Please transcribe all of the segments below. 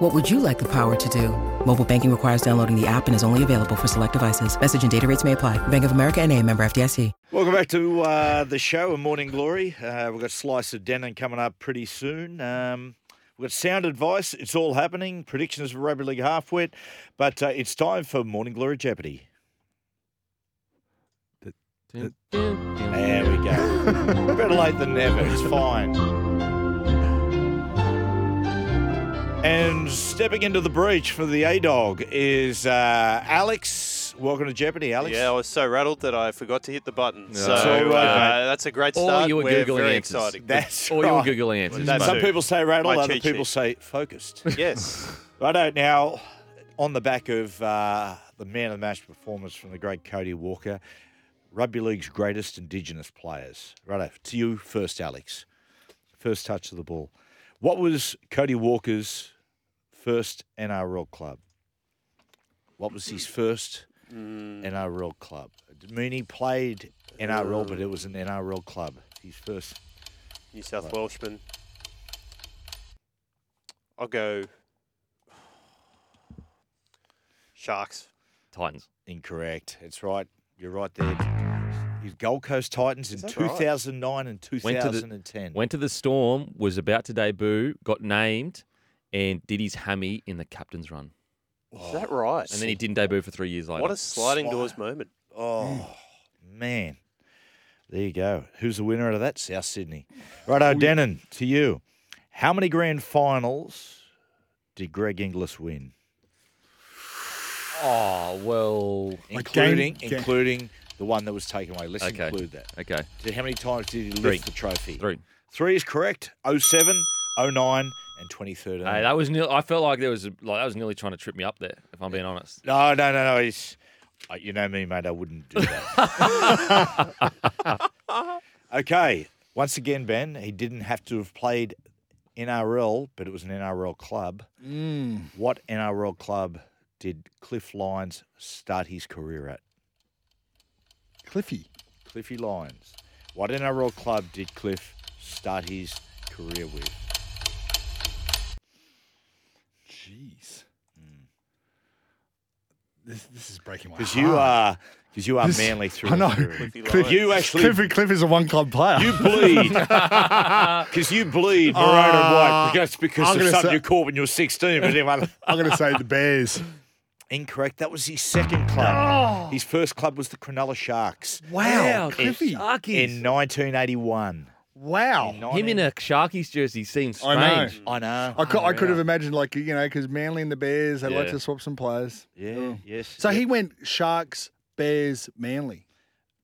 What would you like the power to do? Mobile banking requires downloading the app and is only available for select devices. Message and data rates may apply. Bank of America and a member FDIC. Welcome back to uh, the show, A Morning Glory. Uh, we've got Slice of Denon coming up pretty soon. Um, we've got sound advice. It's all happening. Predictions for rugby league half wit. But uh, it's time for Morning Glory Jeopardy. There we go. Better late than never. It's fine. And stepping into the breach for the A Dog is uh, Alex. Welcome to Jeopardy, Alex. Yeah, I was so rattled that I forgot to hit the button. So all right, uh, that's a great Or start. you were We're Googling very answers. exciting. That's Or you were right. Googling answers. That's mate. Some it. people say rattled, My other cheat people sheet. say focused. yes. Righto, now on the back of uh, the man of the match performance from the great Cody Walker, rugby league's greatest Indigenous players. Righto, to you first, Alex. First touch of the ball. What was Cody Walker's first NRL club? What was his first NRL club? It didn't mean he played NRL, but it was an NRL club. His first. New South Welshman. I'll go Sharks. Titans. Incorrect. It's right. You're right there. His Gold Coast Titans in that right? 2009 and Went to the- 2010. Went to the Storm, was about to debut, got named, and did his hammy in the captain's run. Oh. Is that right? And then he didn't debut for three years later. what a sliding Slide. doors moment. oh, man. There you go. Who's the winner of that? South Sydney. Righto, Denon, to you. How many grand finals did Greg Inglis win? oh well. Including, game- including the one that was taken away. Let's Okay. include that. Okay. Did- How many times did he lift Three. the trophy? Three. Three is correct. 07, 09, and 2013. Hey, that was nearly, I felt like there was a- like that was nearly trying to trip me up there. If I'm being honest. No, no, no, no. It's uh, you know me, mate. I wouldn't do that. okay. Once again, Ben, he didn't have to have played NRL, but it was an NRL club. What NRL club did Cliff Lyons start his career at? Cliffy. Cliffy Lyons. What NRL club did Cliff start his career with? Jeez. Hmm. This, this is breaking my heart. Because you are, because you are This- manly through. I and know. through. Cliff- You actually Cliffy Cliff is a one club player. You bleed. Because you bleed maroon and white. Uh, Because, because I'm of gonna something say- you caught when you were 16. But anyway, I'm going to say the Bears. incorrect. That was his second club. Oh. His first club was the Cronulla Sharks. Wow, Ouch. Cliffy. In 1981. Wow. In Him in 19 a Sharkies jersey seems I strange. know. I know. I could, I could have imagined, like, you know, because Manly and the Bears, they like Yeah. to swap some players. Yeah, yes. Oh. So he went Sharks, Bears, Manly.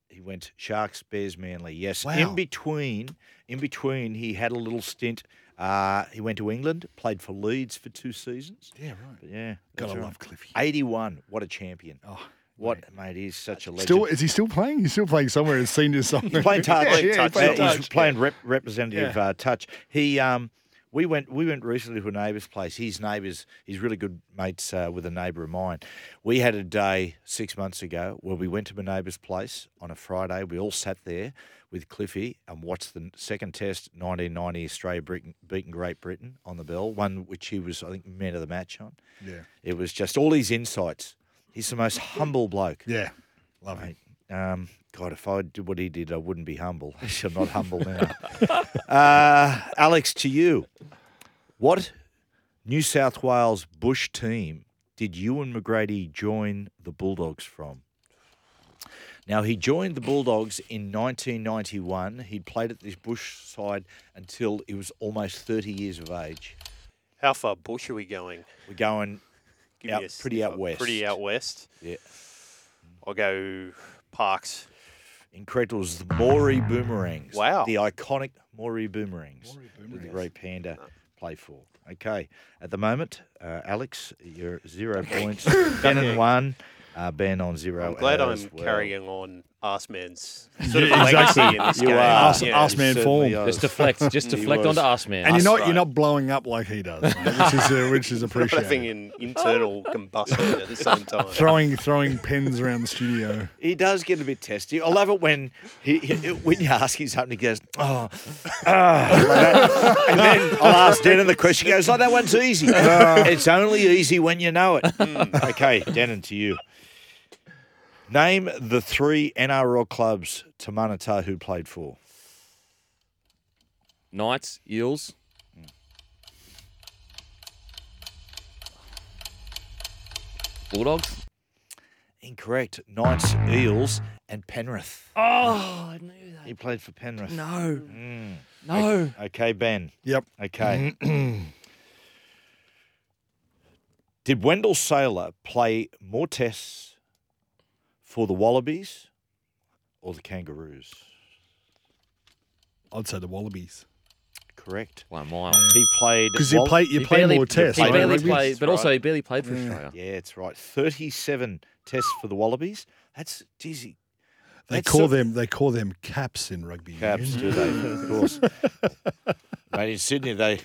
He went Sharks, Bears, Manly. Yes. Wow. In between, in between, he had a little stint. Uh, he went to England, played for Leeds for two seasons. Yeah, right. But yeah, Gotta that's right. love Cliffy. 81. What a champion. Oh, What, mate, he's such a legend. Still, is he still playing? He's still playing somewhere in senior somewhere. He's playing touch. Yeah, yeah, Touch. he's Uh, playing he's touch. playing rep- representative Yeah. uh, touch. He, um, we went, we went recently to a neighbour's place. His neighbours, he's really good mates uh, with a neighbour of mine. We had a day six months ago where we went to my neighbour's place on a Friday. We all sat there with Cliffy and watched the second test, 1990 Australia Britain, beating Great Britain on the bell, one which he was, I think, man of the match on. Yeah. It was just all his insights. He's the most humble bloke. Yeah. Love him. Mate, um, God, if I did what he did, I wouldn't be humble. I'm not humble now. uh, Alex, to you. What New South Wales Bush team did Ewan McGrady join the Bulldogs from? Now, he joined the Bulldogs in 1991. He played at this Bush side until he was almost 30 years of age. How far bush are we going? We're going, Give Out- me a sniff pretty out up. west. Pretty out west. Yeah. I'll go Parks. incredible, it was the Maury Boomerangs. Wow. The iconic Maury Boomerangs. that the Boomerangs. great panda play for. Okay, at the moment, uh, Alex, you're zero points. Ben and one, uh, Ben on zero. I'm glad I'm as well. carrying on ass man's sort of Yeah, legacy exactly. in this You game. are. Ass- yeah. ass man Certainly form. are. Just deflect, just He deflect was. onto us, man. And you're That's not right. you're not blowing up like he does, mate, which is uh, which is Having appreciated. an internal combustion at the same time. Throwing throwing pins around the studio. He does get a bit testy. I love it when he, he- when you ask him something, he goes, oh, ah," like that. and then I'll ask Denon the question. He goes, oh, that one's easy. it's only easy when you know it. okay, Denon, to you. Name the three NRL clubs Tamana Tahu played for. Knights, Eels. Bulldogs. Incorrect. Knights, Eels, and Penrith. Oh, I knew that. He played for Penrith. No, Mm. no. Okay, Ben. Yep. Okay. Did Wendell Saylor play more tests for the Wallabies or the Kangaroos? I'd say the Wallabies Correct. One mile. He played. because you Wall- play you He play barely- more tests. He right? barely Rugby? played, but Right. also he barely played for Yeah. Australia. Yeah, it's right. 37 tests for the Wallabies. That's, geez, he- They That's call so- them they call them caps in rugby. Caps, union. do they? Of course. Mate, in Sydney, they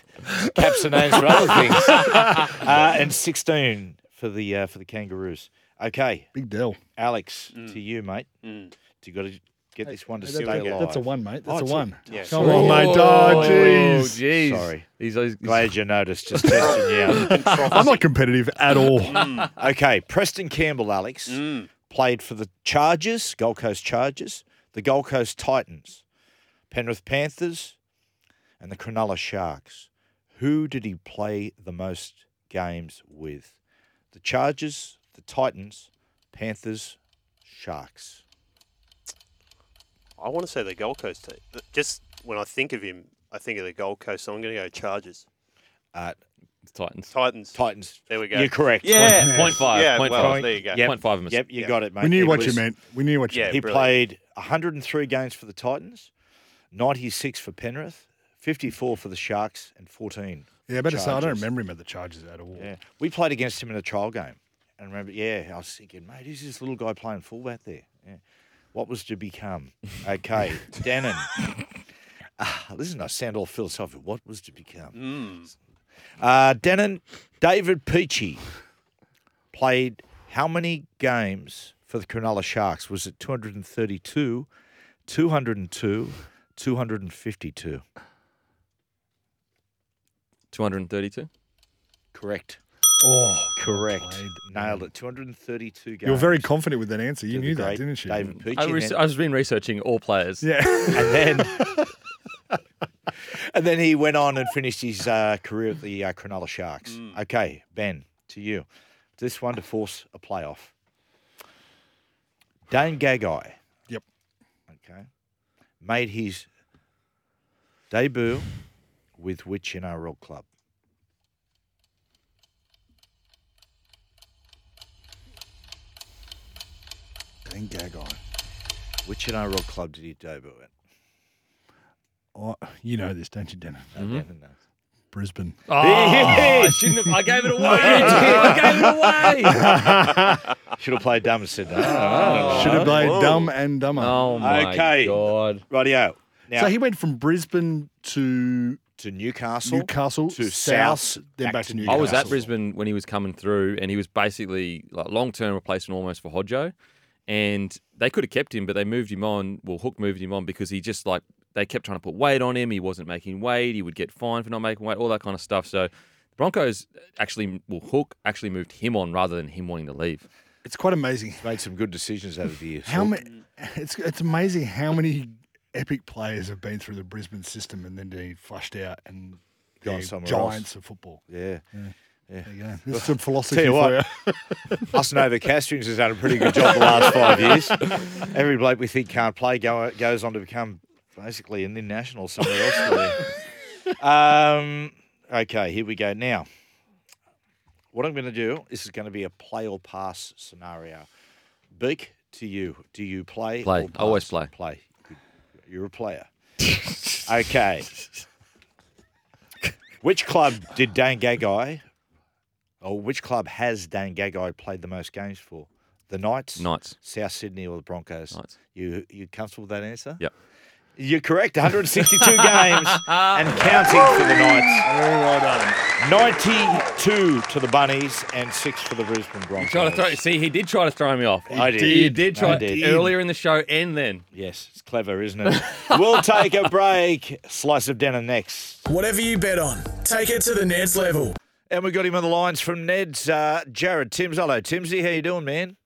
caps are names for other things. Uh, and 16 for the uh, for the Kangaroos. Okay, Big deal. Alex, to you, mate. Mm. You got to get this one to Hey, stay that's, a- alive. that's a one, mate. Oh, That's it's a a- one. yeah, Come sorry. on, mate. Oh, jeez. jeez. Sorry. He's, he's, Glad you noticed. Just testing you out. I'm not competitive at all. Okay, Preston Campbell, Alex, played for the Chargers, Gold Coast Chargers, the Gold Coast Titans, Penrith Panthers, and the Cronulla Sharks. Who did he play the most games with? The Chargers, the Titans, Panthers, Sharks. I want to say the Gold Coast. team. Th- Just when I think of him, I think of the Gold Coast. So I'm going to go Chargers, Uh, Titans. Titans. Titans. There we go. You're correct. Yeah. Point five. yeah, point well, five. there you go. Yep. Point five of us. Yep, you Yep. got it, mate. We knew It what you was- meant. We knew what you Yeah. meant. He brilliant. played 103 games for the Titans, 96 for Penrith, 54 for the Sharks, and 14. Yeah, I better say I don't Chargers. remember him at the Chargers at all. Yeah, we played against him in a trial game, and remember, yeah, I was thinking, mate, who's this little guy playing fullback there? Yeah. What was to become? Okay, Dannon. Ah, listen, I sound all philosophical. What was to become? Mm. Uh, Denon, David Peachy played how many games for the Cronulla Sharks? Was it 232, 202, 252? Two hundred and thirty-two. Correct. Oh, Correct. Played. Nailed it. 232 games. you were very confident with that answer. You to the knew that, great didn't you? David Peachy. I, was then- I was been researching all players. Yeah. and then and then he went on and finished his uh, career at the uh, Cronulla Sharks. Okay, Ben, to you. This one to force a playoff. Dane Gagai. Yep. Okay. Made his debut with which NRL club? Dang gag on. Which NRL club did he debut at? Oh, you know this, don't you, Denner? No, Ben, no. Brisbane. Oh, I shouldn't have. I gave it away. I gave it away. Should have played dumb and said Oh, that. Should have played Whoa. dumb and dumber. Oh my Okay. god. Rightio. Now So he went from Brisbane to to Newcastle. Newcastle to South, South, then back back, to to Newcastle. I Oh, was at Brisbane when he was coming through, and he was basically like long-term replacement almost for Hodjo, and they could have kept him, but they moved him on. Well, Hook moved him on because he just like they kept trying to put weight on him. He wasn't making weight. He would get fined for not making weight. All that kind of stuff. So the Broncos actually, well, Hook actually moved him on rather than him wanting to leave. It's quite amazing Made some good decisions over the years. how many. It's it's amazing how many epic players have been through the Brisbane system and then they flushed out and Gone they're somewhere else. giants of football. Yeah. There you go. It's some philosophy Tell you for what, us Nova Castrians has done a pretty good job the last five years. Every bloke we think can't play go, goes on to become basically an international somewhere else. really. um, okay, here we go. Now, what I'm going to do, this is going to be a play or pass scenario. Beak, to you. Do you play? Play. or I always pass? play. Play. Good. You're a player. okay. Which club did Dan Gagai, or which club has Dan Gagai played the most games for? The Knights, Knights. South Sydney, or the Broncos? Knights. You you comfortable with that answer? Yep. You're correct. 162 games and counting for the Knights. Very well done. 92 to the Bunnies and six for the Brisbane Broncos. Try to throw. See, he did try to throw me off. I did. He did try I did. earlier in the show and then. Yes, it's clever, isn't it? we'll take a break. Slice of dinner next. Whatever you bet on, take it to the Neds level. And we got him on the lines from Ned's. Uh, Jared Timms. Hello, Timsy. How you doing, man?